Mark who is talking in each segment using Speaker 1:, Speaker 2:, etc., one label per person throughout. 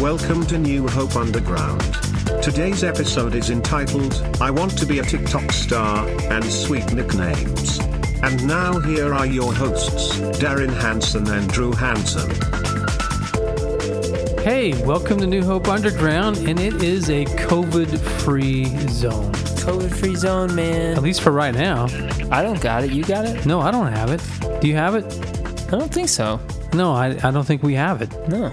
Speaker 1: Welcome to New Hope Underground. Today's episode is entitled, I Want to Be a TikTok Star, and Sweet Nicknames. And now here are your hosts, Darren Hanson and Drew Hanson.
Speaker 2: Hey, welcome to New Hope Underground, and it is a COVID free zone.
Speaker 3: COVID free zone,
Speaker 2: At
Speaker 3: man.
Speaker 2: least for right now.
Speaker 3: I don't got it. You got it?
Speaker 2: No, I don't have it. Do you have it?
Speaker 3: I don't think so.
Speaker 2: No, I, I don't think we have it.
Speaker 3: No.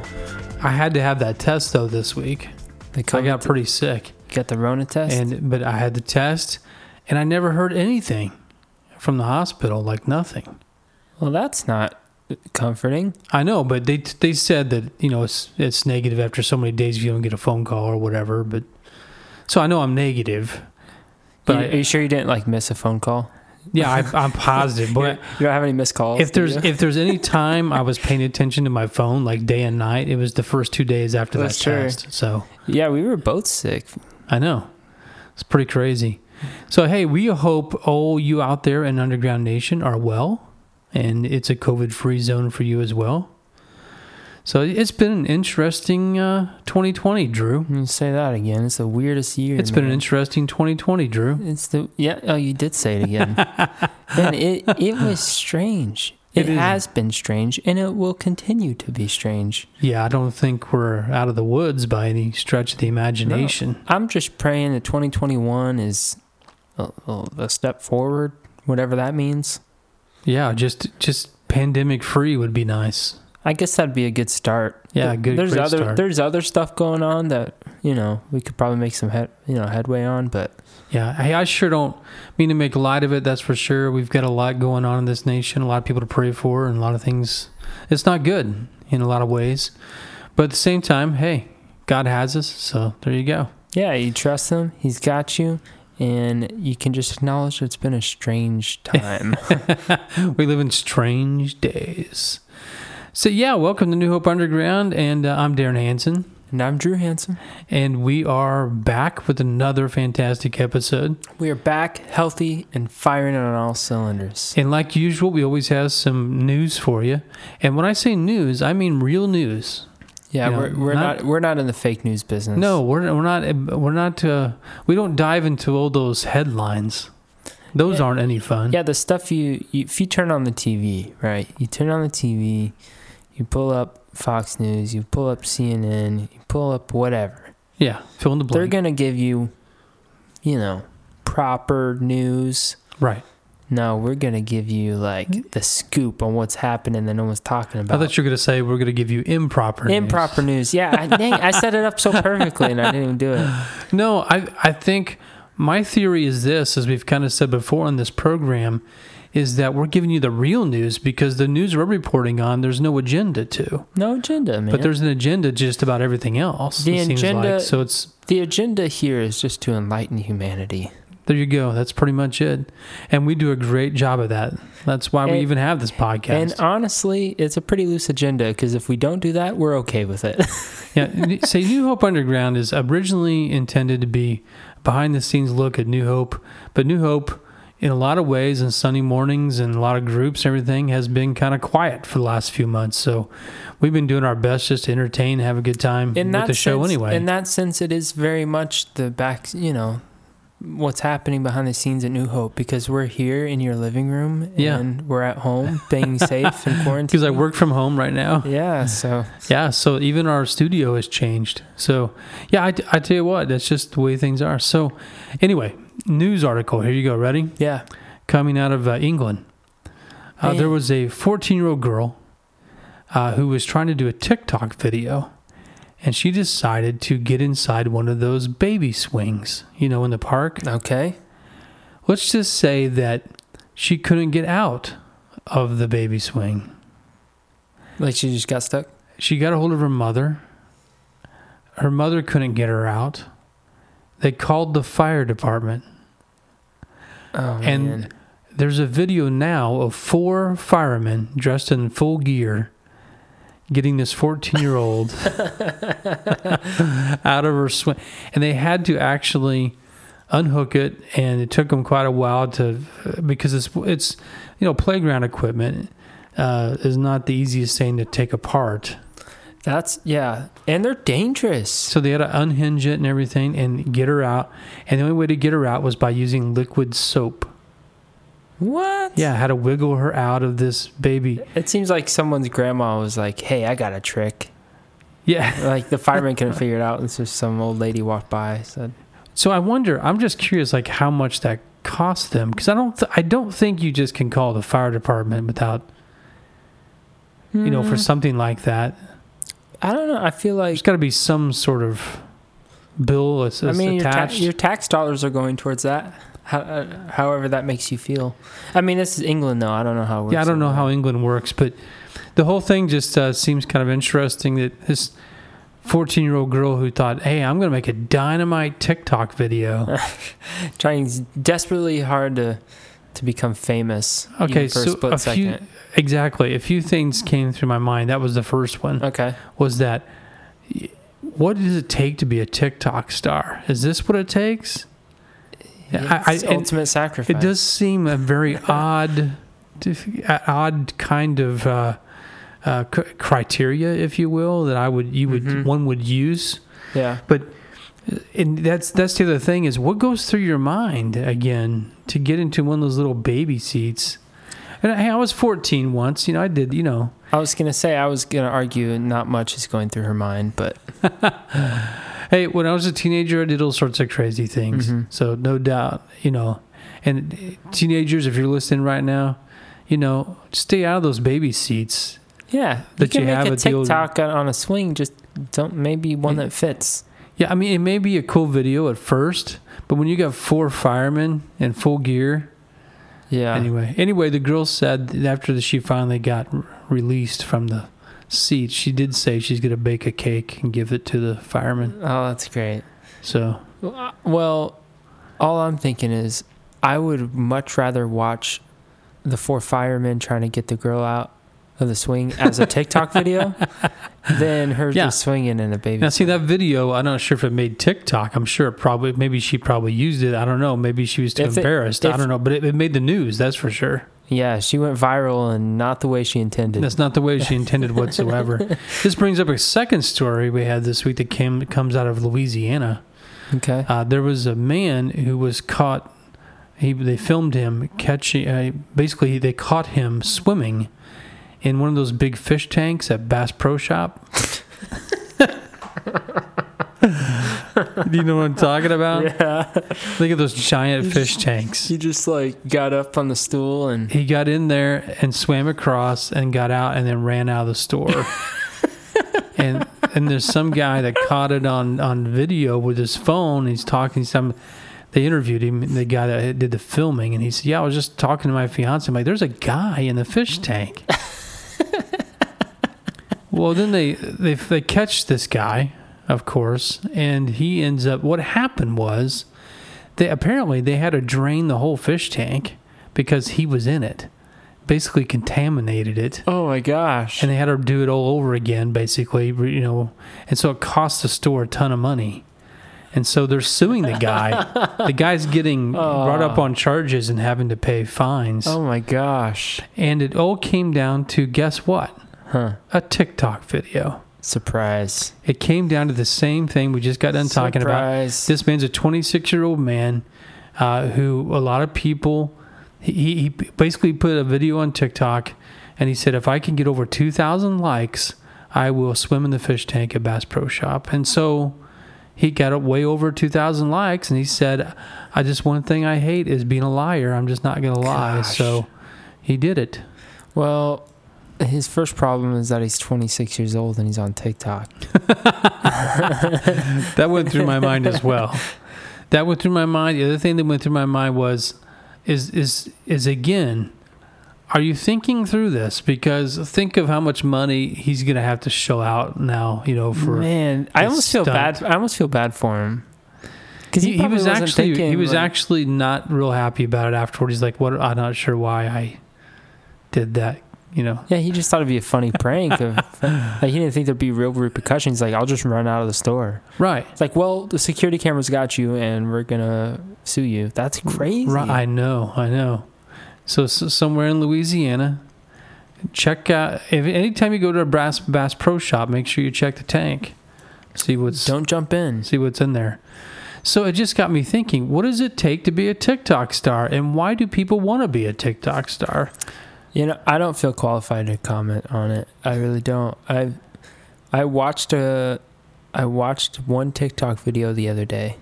Speaker 2: I had to have that test though this week.
Speaker 3: The
Speaker 2: I
Speaker 3: COVID
Speaker 2: got pretty sick,
Speaker 3: got the Rona test.
Speaker 2: and but I had the test, and I never heard anything from the hospital, like nothing.
Speaker 3: well, that's not comforting.
Speaker 2: I know, but they they said that you know it's it's negative after so many days if you don't get a phone call or whatever. But so I know I'm negative, but
Speaker 3: But you,
Speaker 2: I-
Speaker 3: are you sure you didn't like miss a phone call?
Speaker 2: yeah, I, I'm positive. But
Speaker 3: You don't have any missed calls.
Speaker 2: if
Speaker 3: do
Speaker 2: there's
Speaker 3: you?
Speaker 2: if there's any time I was paying attention to my phone, like day and night, it was the first two days after
Speaker 3: That's
Speaker 2: that
Speaker 3: true.
Speaker 2: test. So
Speaker 3: yeah, we were both sick.
Speaker 2: I know it's pretty crazy. So hey, we hope all you out there in Underground Nation are well, and it's a COVID-free zone for you as well. So it's been an interesting uh, 2020, Drew.
Speaker 3: You say that again. It's the weirdest year.
Speaker 2: It's been an interesting 2020, Drew.
Speaker 3: It's the yeah. Oh, you did say it again. and it it was strange.
Speaker 2: It
Speaker 3: It,
Speaker 2: is.
Speaker 3: has been strange, and it will continue to be strange.
Speaker 2: Yeah, I don't think we're out of the woods by any stretch of the imagination.
Speaker 3: I'm just praying that 2021 is a, a, a step forward, whatever that means.
Speaker 2: Yeah, just just pandemic free would be nice.
Speaker 3: I guess that'd be a good start.
Speaker 2: Yeah,
Speaker 3: Th-
Speaker 2: good-
Speaker 3: There's
Speaker 2: great
Speaker 3: other
Speaker 2: start.
Speaker 3: there's other stuff going on that you know we could probably make some head you know headway on, but
Speaker 2: Yeah, hey, I sure don't mean to make light of it. That's for sure. We've got a lot going on in this nation, a lot of people to pray for, and a lot of things. It's not good in a lot of ways, but at the same time, hey, God has us, so there you go.
Speaker 3: yeah, you trust him. He's got you, and you can just acknowledge it's been a strange time.
Speaker 2: We live in strange days. So yeah, welcome to New Hope Underground, and uh, I'm Darren Hansen,
Speaker 3: and I'm Drew Hansen.
Speaker 2: and we are back with another fantastic episode.
Speaker 3: We are back, healthy, and firing on all cylinders.
Speaker 2: And like usual, we always have some news for you. And when I say news, I mean real news.
Speaker 3: Yeah,
Speaker 2: Yeah,
Speaker 3: we're, we're
Speaker 2: not-
Speaker 3: not, we're not in the fake news business.
Speaker 2: No, we're we're not eh, we're not uh, we don't dive into all those headlines. Those aren't any fun.
Speaker 3: Yeah, the stuff you, you if you turn on the TV, right? You turn on the TV, you pull up Fox News, you pull up CNN, you pull up whatever.
Speaker 2: Yeah, fill in the
Speaker 3: They're
Speaker 2: blank.
Speaker 3: gonna give you, you know, proper news.
Speaker 2: right.
Speaker 3: No, we're gonna give you
Speaker 2: Hmm?
Speaker 3: like the scoop on what's happening that no one's talking
Speaker 2: I
Speaker 3: about.
Speaker 2: thought you were going to say we're going to give you improper news.
Speaker 3: Improper news. Yeah, I, dang, I set it up so perfectly and I didn't even do it.
Speaker 2: No, I I think my theory is this, as we've kind of said before on this program, is that we're giving you the real news because the news we're reporting on, there's no agenda to,
Speaker 3: No agenda, man.
Speaker 2: but there's an agenda just about everything else.
Speaker 3: The
Speaker 2: it seems
Speaker 3: agenda-
Speaker 2: like. so it's
Speaker 3: the agenda here is just to enlighten humanity.
Speaker 2: There you go. That's pretty much it. And we do a great job of that. That's why we
Speaker 3: And-
Speaker 2: even have this
Speaker 3: And
Speaker 2: podcast.
Speaker 3: honestly, it's a pretty loose agenda because if we don't do that, we're okay with it.
Speaker 2: yeah. Say New Hope Underground is originally intended to be behind the scenes look at New Hope, but New Hope in a lot of ways and Sunday mornings and a lot of groups and everything has been kind of quiet for the last few months. So we've been doing our best just to entertain, have a good time
Speaker 3: in
Speaker 2: with
Speaker 3: that
Speaker 2: the show
Speaker 3: sense-
Speaker 2: anyway.
Speaker 3: In that sense, it is very much the back, you know, what's happening behind the scenes at New Hope because we're here in your living room
Speaker 2: Yeah.
Speaker 3: and we're at home being safe and quarantined.
Speaker 2: because I work from home right now.
Speaker 3: Yeah, so
Speaker 2: Yeah, so even our studio has changed. So, yeah, I, I tell you what, that's just the way things are. So, anyway, news article. Here you go. Ready?
Speaker 3: yeah,
Speaker 2: Coming out of uh, England. Uh,
Speaker 3: Man.
Speaker 2: there was a 14 year old girl uh, who was trying to do a TikTok video, and she decided to get inside one of those baby swings, you know, in the park.
Speaker 3: okay.
Speaker 2: Let's just say that she couldn't get out of the baby swing.
Speaker 3: Like she just got stuck.
Speaker 2: she got a hold of her mother. Her mother couldn't get her out. They called the fire department.
Speaker 3: Oh
Speaker 2: And-
Speaker 3: man.
Speaker 2: There's a video now of four firemen dressed in full gear getting this 14 year old out of her swing. And they had to actually unhook it, and it took them quite a while to because it's it's you know playground equipment uh, is not the easiest thing to take apart.
Speaker 3: That's yeah, and they're dangerous.
Speaker 2: So they had to unhinge it and everything and get her out. And the only way to get her out was by using liquid soap.
Speaker 3: What?
Speaker 2: Yeah, how to wiggle her out of this baby.
Speaker 3: It seems like someone's grandma was like, "Hey, I got a trick."
Speaker 2: Yeah.
Speaker 3: Like the fireman couldn't figure it out, and so some old lady walked by. Said,
Speaker 2: So I wonder. I'm just curious, like how much that cost them, because I don't. Th- I don't think you just can call the fire department without, you know,
Speaker 3: Mm.
Speaker 2: for something like that.
Speaker 3: I don't know. I feel like
Speaker 2: There's got to be some sort of bill that's,
Speaker 3: I
Speaker 2: that's
Speaker 3: mean, your, ta-
Speaker 2: attached.
Speaker 3: your tax dollars are going towards that. How, uh, however, that makes you feel. I mean, this is England, though. I don't know how. It works
Speaker 2: yeah, I don't
Speaker 3: over
Speaker 2: know
Speaker 3: there.
Speaker 2: how England works, but the whole thing just uh, seems kind of interesting that this 14 year old girl who thought, hey, I'm going to make a dynamite TikTok video.
Speaker 3: Trying desperately hard to to become famous. even
Speaker 2: Okay,
Speaker 3: for
Speaker 2: so
Speaker 3: a split
Speaker 2: a few-
Speaker 3: second.
Speaker 2: exactly. A few things came through my mind. That was the first one
Speaker 3: Okay,
Speaker 2: was that y- what does it take to be a TikTok star? Is this what it takes? Yeah, I-
Speaker 3: It's
Speaker 2: I- and-
Speaker 3: ultimate sacrifice.
Speaker 2: It does seem a very odd, dif- a- odd kind of uh, uh, cr- criteria, if you will, that I would you would
Speaker 3: Mhm.
Speaker 2: one would use.
Speaker 3: Yeah,
Speaker 2: But and that's that's the other thing is what goes through your mind again to get into one of those little baby seats. And hey, I was 14 once. You know, I did. You know,
Speaker 3: I was gonna say I was gonna argue not much is going through her mind, but
Speaker 2: hey, when I was a teenager, I did all sorts of crazy things.
Speaker 3: Mhm.
Speaker 2: So no doubt, you know. And teenagers, if you're listening right now, you know, stay out of those baby seats.
Speaker 3: yeah, you
Speaker 2: That
Speaker 3: can
Speaker 2: you
Speaker 3: make
Speaker 2: have
Speaker 3: a
Speaker 2: at the old-
Speaker 3: TikTok on- on a swing. Just don't maybe one that fits.
Speaker 2: Yeah, I mean, it may be a cool video at first, but when you got four firemen in full gear,
Speaker 3: Yeah,
Speaker 2: anyway. Anyway, the girl said that after she finally got r- released from the seat, she did say she's going to bake a cake and give it to the firemen.
Speaker 3: oh, that's great.
Speaker 2: So,
Speaker 3: Well, all I'm thinking is I would much rather watch the four firemen trying to get the girl out of the swing as a TikTok video than her
Speaker 2: Yeah.
Speaker 3: just swinging in a baby.
Speaker 2: now see that video. I'm not sure if it made TikTok. I'm sure it probably, maybe she probably used it. I don't know. Maybe she was too
Speaker 3: If it-
Speaker 2: embarrassed. I
Speaker 3: if-
Speaker 2: don't know. But it, it made the news, that's for sure.
Speaker 3: yeah, she went viral and not the way she intended.
Speaker 2: That's not the way she intended whatsoever. this brings up a second story we had this week that came comes out of Louisiana.
Speaker 3: okay.
Speaker 2: Uh, there was a man who was caught. He they filmed him catching. Uh, basically, they caught him swimming in one of those big fish tanks at Bass Pro Shop. Do you know what I'm talking about?
Speaker 3: yeah.
Speaker 2: Think of those giant fish tanks.
Speaker 3: She just like got up on the stool and
Speaker 2: He got in there and swam across and got out and then ran out of the store. and and there's some guy that caught it on on video with his phone. He's talking some. They interviewed him, the guy that did the filming, and he said, "Yeah, I was just talking to my fiance. I'm like, there's a guy in the fish tank." well, then they they they catch this guy, of course, and he ends up. What happened was, they apparently they had to drain the whole fish tank because he was in it, basically contaminated it
Speaker 3: oh my gosh.
Speaker 2: and they had to do it all over again, basically. re- You know, and so it cost the store a ton of money, and so they're suing the guy. the guy's getting brought up on charges and having to pay fines.
Speaker 3: Ah. oh my gosh.
Speaker 2: And it all came down to guess what?
Speaker 3: Huh.
Speaker 2: A TikTok video.
Speaker 3: Surprise.
Speaker 2: It came down to the same thing we just got done talking about.
Speaker 3: Surprise.
Speaker 2: This man's a 26 year old man uh, who a lot of people, he, he- he basically put a video on TikTok and he said, if I can get over 2,000 likes, I will swim in the fish tank at Bass Pro Shop. And so he got up way over 2,000 likes and he said, I just one thing I hate is being a liar. I'm just not going to lie.
Speaker 3: Gosh.
Speaker 2: So he did it.
Speaker 3: Well, his first problem is that he's 26 years old and he's on TikTok.
Speaker 2: That went through my mind as well. That went through my mind. The other thing that went through my mind was, is is is again, are you thinking through this? Because think of how much money he's gonna have to shell out now. You know, for
Speaker 3: Man, I
Speaker 2: the
Speaker 3: almost feel
Speaker 2: stunt.
Speaker 3: bad. I almost feel bad for him because
Speaker 2: he, he was actually he was
Speaker 3: like,
Speaker 2: actually not real happy about it afterward. He's like, "What? I'm not sure why I did that you know.
Speaker 3: Yeah, he just thought it'd be a funny prank. Of, like he didn't think there'd be real repercussions. Like I'll just run out of the store.
Speaker 2: Right.
Speaker 3: It's like, well, the security cameras got you, and we're gonna sue you. That's crazy.
Speaker 2: Right. I know. I know. So, so somewhere in Louisiana, check out. If anytime you go to a Bass Bass Pro Shop, make sure you check the tank. See what's
Speaker 3: Don't jump in.
Speaker 2: see what's in there. So it just got me thinking. What does it take to be a TikTok star, and why do people want to be a TikTok star?
Speaker 3: You know, I don't feel qualified to comment on it. I really don't. I I watched a I watched one TikTok video the other day.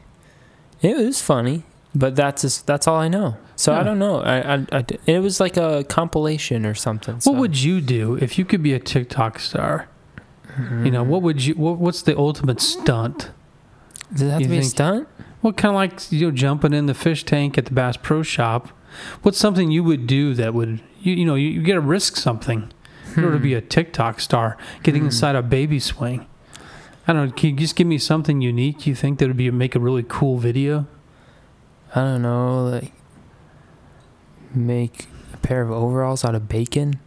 Speaker 3: It was funny, but that's just, that's all I know. So
Speaker 2: Yeah.
Speaker 3: I don't know. I, I, I d- it was like a compilation or something. so-
Speaker 2: What would you do if you could be a TikTok star? You
Speaker 3: Mm-hmm.
Speaker 2: know, what would you? What, what's the ultimate stunt?
Speaker 3: does it have
Speaker 2: you
Speaker 3: to be a
Speaker 2: think-
Speaker 3: stunt?
Speaker 2: Well, kind of like you know, jumping in the fish tank at the Bass Pro Shop. What's something you would do that would you you know you, you got to risk something in order to
Speaker 3: Hmm.
Speaker 2: be a TikTok star? Getting inside a baby swing. I don't know. Can you just give me something unique? You think that would be make a really cool video?
Speaker 3: I don't know. Like make a pair of overalls out of bacon.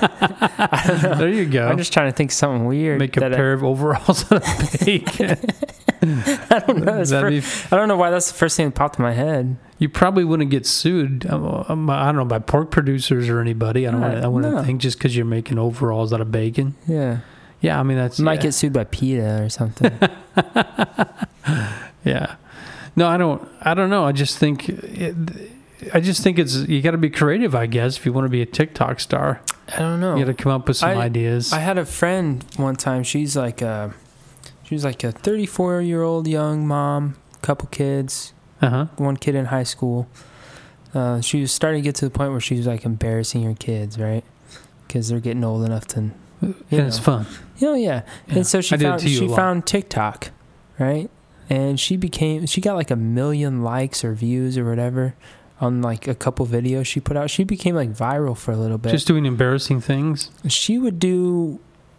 Speaker 2: There you go.
Speaker 3: I'm just trying to think something weird.
Speaker 2: make a
Speaker 3: that I-
Speaker 2: pair of overalls out of bacon.
Speaker 3: I, don't know. It's
Speaker 2: That'd
Speaker 3: fir-
Speaker 2: be
Speaker 3: I don't know why that's the first thing that popped in my head.
Speaker 2: you probably wouldn't get sued. um, um, I don't know by pork producers or anybody. I don't. wanna, I
Speaker 3: Right,
Speaker 2: wouldn't
Speaker 3: no.
Speaker 2: think just because you're making overalls out of bacon.
Speaker 3: Yeah.
Speaker 2: Yeah, I mean that's
Speaker 3: Might
Speaker 2: yeah.
Speaker 3: get sued by PETA or something.
Speaker 2: yeah. No, I don't. I don't know. I just think. It, I just think it's you got to be creative, I guess, if you want to be a TikTok star.
Speaker 3: I don't know.
Speaker 2: You got to come up with some
Speaker 3: Oh. I-
Speaker 2: ideas.
Speaker 3: I had a friend one time. She's like a, she was like a 34 year old young mom, couple kids,
Speaker 2: uh huh.
Speaker 3: one kid in high school. Uh, she was starting to get to the point where she was like embarrassing her kids, right? Because they're getting old enough to,
Speaker 2: And
Speaker 3: you know.
Speaker 2: it's fun.
Speaker 3: Oh yeah.
Speaker 2: Yeah.
Speaker 3: And so she
Speaker 2: I did it
Speaker 3: found
Speaker 2: to you
Speaker 3: she
Speaker 2: a lot.
Speaker 3: found TikTok, right? And she became she got like a million likes or views or whatever on like a couple videos she put out. She became like viral for a little bit.
Speaker 2: Just doing embarrassing things.
Speaker 3: she would do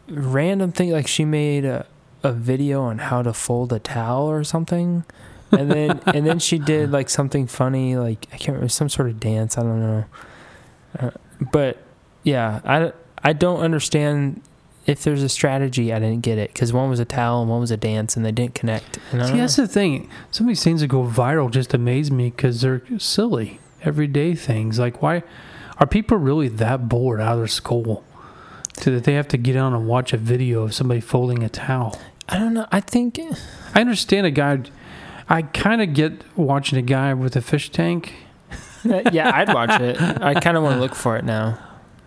Speaker 3: random things like she made a, a video on how to fold a towel or something. And then and then she did like something funny like I can't remember some sort of dance, I don't know. Uh, but yeah, I I don't understand if there's a strategy, I didn't get it because one was a towel and one was a dance, and they didn't connect. And I don't
Speaker 2: See, that's
Speaker 3: know.
Speaker 2: the thing. Some of these things that go viral just amaze me because they're silly, everyday things. Like, why are people really that bored out of their school to that they have to get on and watch a video of somebody folding a towel?
Speaker 3: I don't know. I think
Speaker 2: I understand a guy. I kind of get watching a guy with a fish tank,
Speaker 3: yeah, I'd watch it. I kind of want to look for it now,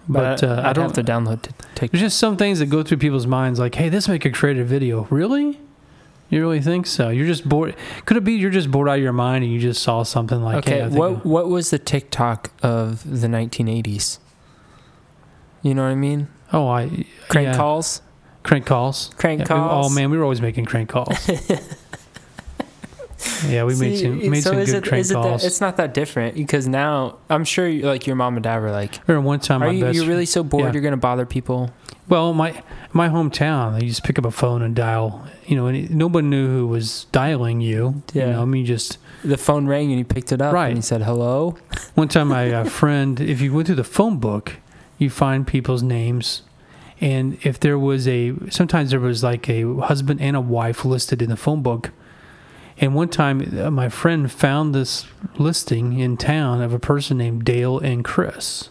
Speaker 2: but,
Speaker 3: but,
Speaker 2: uh,
Speaker 3: I'd
Speaker 2: I don't.
Speaker 3: have to download to take.
Speaker 2: there's just some things that go through people's minds, like, "Hey, this make a creative video." Really? You really think so? You're just bored. Could it be you're just bored out of your mind and you just saw something like,
Speaker 3: okay,
Speaker 2: "Hey, I think
Speaker 3: what what was the TikTok of the 1980s? You know what I mean?
Speaker 2: oh, I
Speaker 3: Crank
Speaker 2: yeah.
Speaker 3: calls,
Speaker 2: crank calls."
Speaker 3: crank
Speaker 2: Yeah, we-
Speaker 3: calls.
Speaker 2: oh man, we were always making crank calls. yeah, we made
Speaker 3: See,
Speaker 2: some made
Speaker 3: so
Speaker 2: some
Speaker 3: is
Speaker 2: good
Speaker 3: it-
Speaker 2: crank
Speaker 3: is it that-
Speaker 2: calls.
Speaker 3: it's not that different because now I'm sure, you- like your mom and dad were like,
Speaker 2: I remember one time
Speaker 3: "Are
Speaker 2: my
Speaker 3: you
Speaker 2: best
Speaker 3: you're really so bored?
Speaker 2: yeah.
Speaker 3: You're gonna bother people?"
Speaker 2: Well, my my hometown, you just pick up a phone and dial. You know, and it- nobody knew who was dialing you. You
Speaker 3: Yeah.
Speaker 2: know, I mean, just
Speaker 3: The phone rang and you picked it up
Speaker 2: Right.
Speaker 3: and you said, "Hello."
Speaker 2: one time, my uh, friend, if you went through the phone book, you find people's names, and if there was a, sometimes there was like a husband and a wife listed in the phone book. And one time, uh, my friend found this listing in town of a person named Dale and Chris.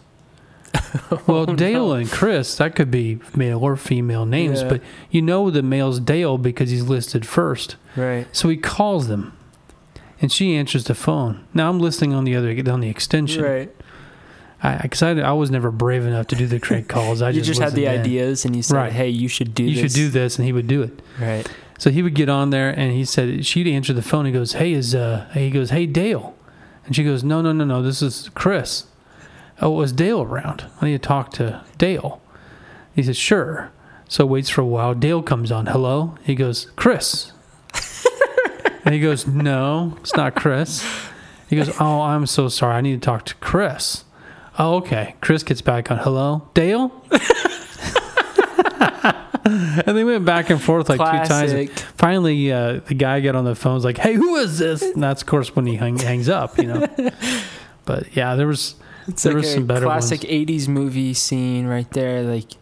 Speaker 2: well, Dale and Chris, that could be male or female names,
Speaker 3: Yeah.
Speaker 2: but you know the male's Dale because he's listed first.
Speaker 3: Right.
Speaker 2: So he calls them, and she answers the phone. Now I'm listening on the other on the extension.
Speaker 3: Right.
Speaker 2: I because I, I was never brave enough to do the crank calls. I
Speaker 3: you
Speaker 2: just,
Speaker 3: just had the
Speaker 2: listened in.
Speaker 3: ideas and you said,
Speaker 2: Right.
Speaker 3: "Hey, you should do
Speaker 2: You
Speaker 3: this."
Speaker 2: should do this, and he would do it.
Speaker 3: Right.
Speaker 2: So he would get on there, and he said she'd answer the phone. He goes, "Hey, is uh?" He goes, "Hey, Dale," and she goes, "No, no, no, no. This is Chris. Oh, was Dale around? I need to talk to Dale." He says, "Sure." So waits for a while. Dale comes on. Hello. He goes, "Chris." and he goes, "No, it's not Chris." He goes, "Oh, I'm so sorry. I need to talk to Chris." Oh, okay. Chris gets back on. Hello, Dale. and they went back and forth like two times.
Speaker 3: Classic.
Speaker 2: Finally, uh, the guy got on the phone. Was like, "Hey, who is this?" And that's of course when he hang, hangs up, you know. But But yeah, there was
Speaker 3: It's
Speaker 2: There
Speaker 3: like
Speaker 2: was
Speaker 3: a
Speaker 2: some better
Speaker 3: classic '80s movie scene right there. Like,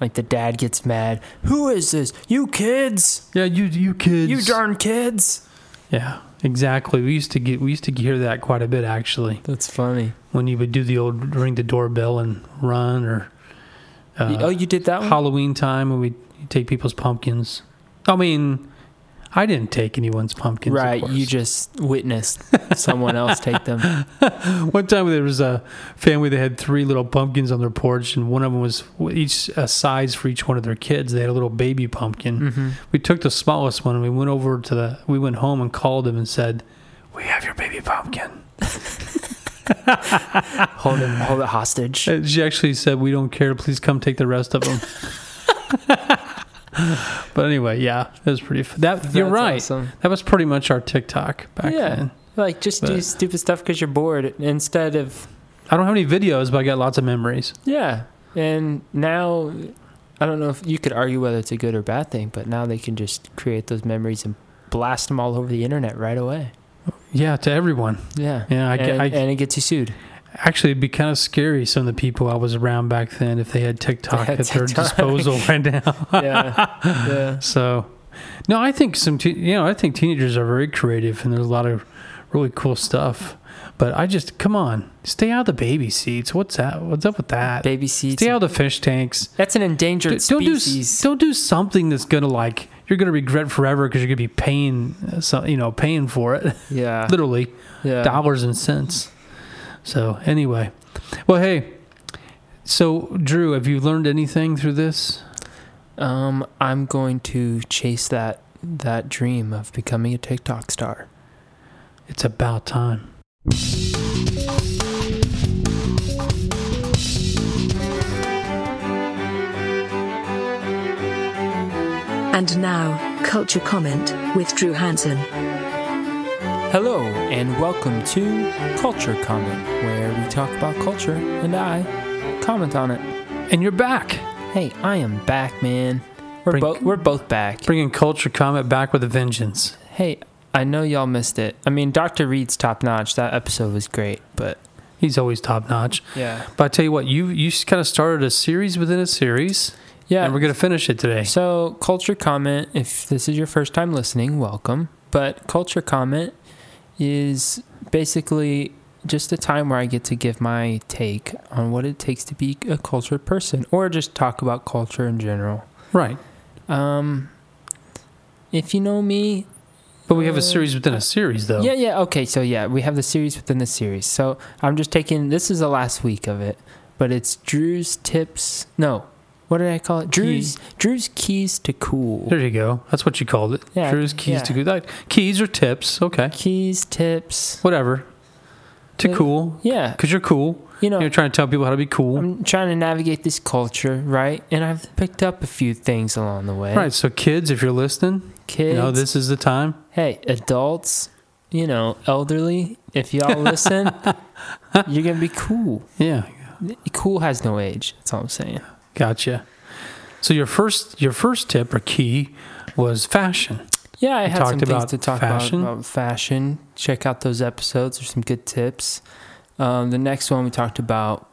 Speaker 3: like the dad gets mad. Who is this? You kids?
Speaker 2: yeah, you you kids,
Speaker 3: You darn kids?
Speaker 2: yeah, exactly. We used to get we used to hear that quite a bit actually
Speaker 3: That's funny.
Speaker 2: when you would do the old ring the doorbell and run or uh,
Speaker 3: oh, you did that one.
Speaker 2: Halloween time when we take people's pumpkins. I mean, I didn't take anyone's pumpkins. of
Speaker 3: right, you
Speaker 2: course.
Speaker 3: just witnessed someone else take them.
Speaker 2: One time there was a family that had three little pumpkins on their porch, and one of them was each a size for each one of their kids. They had a little baby pumpkin.
Speaker 3: Mm-hmm.
Speaker 2: We took the smallest one, and we went over to the. We went home and called them and said, "We have your baby pumpkin."
Speaker 3: Hold it, hold it hostage.
Speaker 2: And Uh, she actually said, "We don't care. Please come take the rest of them." but anyway, yeah, it was pretty. F- that you're
Speaker 3: That's
Speaker 2: right.
Speaker 3: awesome.
Speaker 2: That was pretty much our TikTok back
Speaker 3: yeah,
Speaker 2: then.
Speaker 3: like just do
Speaker 2: But-
Speaker 3: stupid stuff because you're bored instead of
Speaker 2: I don't have any videos, but I got lots of memories.
Speaker 3: yeah. And now, I don't know if you could argue whether it's a good or bad thing, but now they can just create those memories and blast them all over the internet right away.
Speaker 2: Yeah, to everyone.
Speaker 3: Yeah,
Speaker 2: Yeah, I,
Speaker 3: and,
Speaker 2: I,
Speaker 3: and it gets you sued.
Speaker 2: Actually, it'd be kind of scary. Some of the people I was around back then, if they had TikTok
Speaker 3: They had
Speaker 2: at their
Speaker 3: TikTok.
Speaker 2: disposal right now.
Speaker 3: Yeah, yeah.
Speaker 2: So, no, I think some, te- you know, I think teenagers are very creative, and there's a lot of really cool stuff. But I just come on, stay out of the baby seats. What's that? What's up with that?
Speaker 3: Baby seats.
Speaker 2: stay out of the fish tanks.
Speaker 3: That's an endangered
Speaker 2: D- don't do
Speaker 3: species.
Speaker 2: s- don't do something that's gonna like you're gonna regret forever because you're gonna be paying, uh, some, you know, paying for it
Speaker 3: yeah,
Speaker 2: literally
Speaker 3: yeah.
Speaker 2: dollars and cents. So anyway, well, hey, so Drew, have you learned anything through this?
Speaker 3: Um, I'm going to chase that that dream of becoming a TikTok star.
Speaker 2: It's about time.
Speaker 4: And now, Culture Comment with Drew Hansen.
Speaker 3: Hello and welcome to Culture Comment, where we talk about culture and I comment on it.
Speaker 2: And you're back,
Speaker 3: Hey, I am back, man. We're
Speaker 2: Bring-
Speaker 3: both we're both back.
Speaker 2: bringing culture comment back with a vengeance.
Speaker 3: Hey, I know y'all missed it. I mean, Dr. Reed's top notch. That episode was great, but
Speaker 2: He's always top notch.
Speaker 3: yeah,
Speaker 2: But I tell you what, you you kind of started a series within a series,
Speaker 3: yeah.
Speaker 2: and we're gonna finish it today.
Speaker 3: So, culture comment, if this is your first time listening, welcome. But culture comment is basically just a time where I get to give my take on what it takes to be a cultured person or just talk about culture in general.
Speaker 2: Right.
Speaker 3: Um, if you know me,
Speaker 2: But we have
Speaker 3: Uh,
Speaker 2: a series within a series, though.
Speaker 3: yeah, yeah, okay. So, yeah, we have the series within the series. So, I'm just taking this is the last week of it, but it's Drew's tips. No. What did I call it? Drew's Drew's keys to cool.
Speaker 2: There you go. That's what you called it.
Speaker 3: Yeah,
Speaker 2: Drew's keys
Speaker 3: yeah.
Speaker 2: to good. Like, keys or tips. Okay.
Speaker 3: keys, tips.
Speaker 2: Whatever. To
Speaker 3: Uh,
Speaker 2: cool.
Speaker 3: Yeah,
Speaker 2: Because you're cool.
Speaker 3: you know,
Speaker 2: You're trying to tell people how to be cool.
Speaker 3: I'm trying to navigate this culture, right? And I've picked up a few things along the way.
Speaker 2: Right. So, kids, if you're listening, you
Speaker 3: kids.
Speaker 2: know this is the time.
Speaker 3: hey, adults, you know, elderly. If y'all listen, you're gonna be cool.
Speaker 2: Yeah,
Speaker 3: Cool has no age. That's all I'm saying.
Speaker 2: gotcha. So your first your first tip or key was fashion.
Speaker 3: Yeah, I had some
Speaker 2: talked
Speaker 3: things
Speaker 2: about
Speaker 3: to talk
Speaker 2: fashion.
Speaker 3: about about fashion. Check out those episodes. There's some good tips. Um, the next one we talked about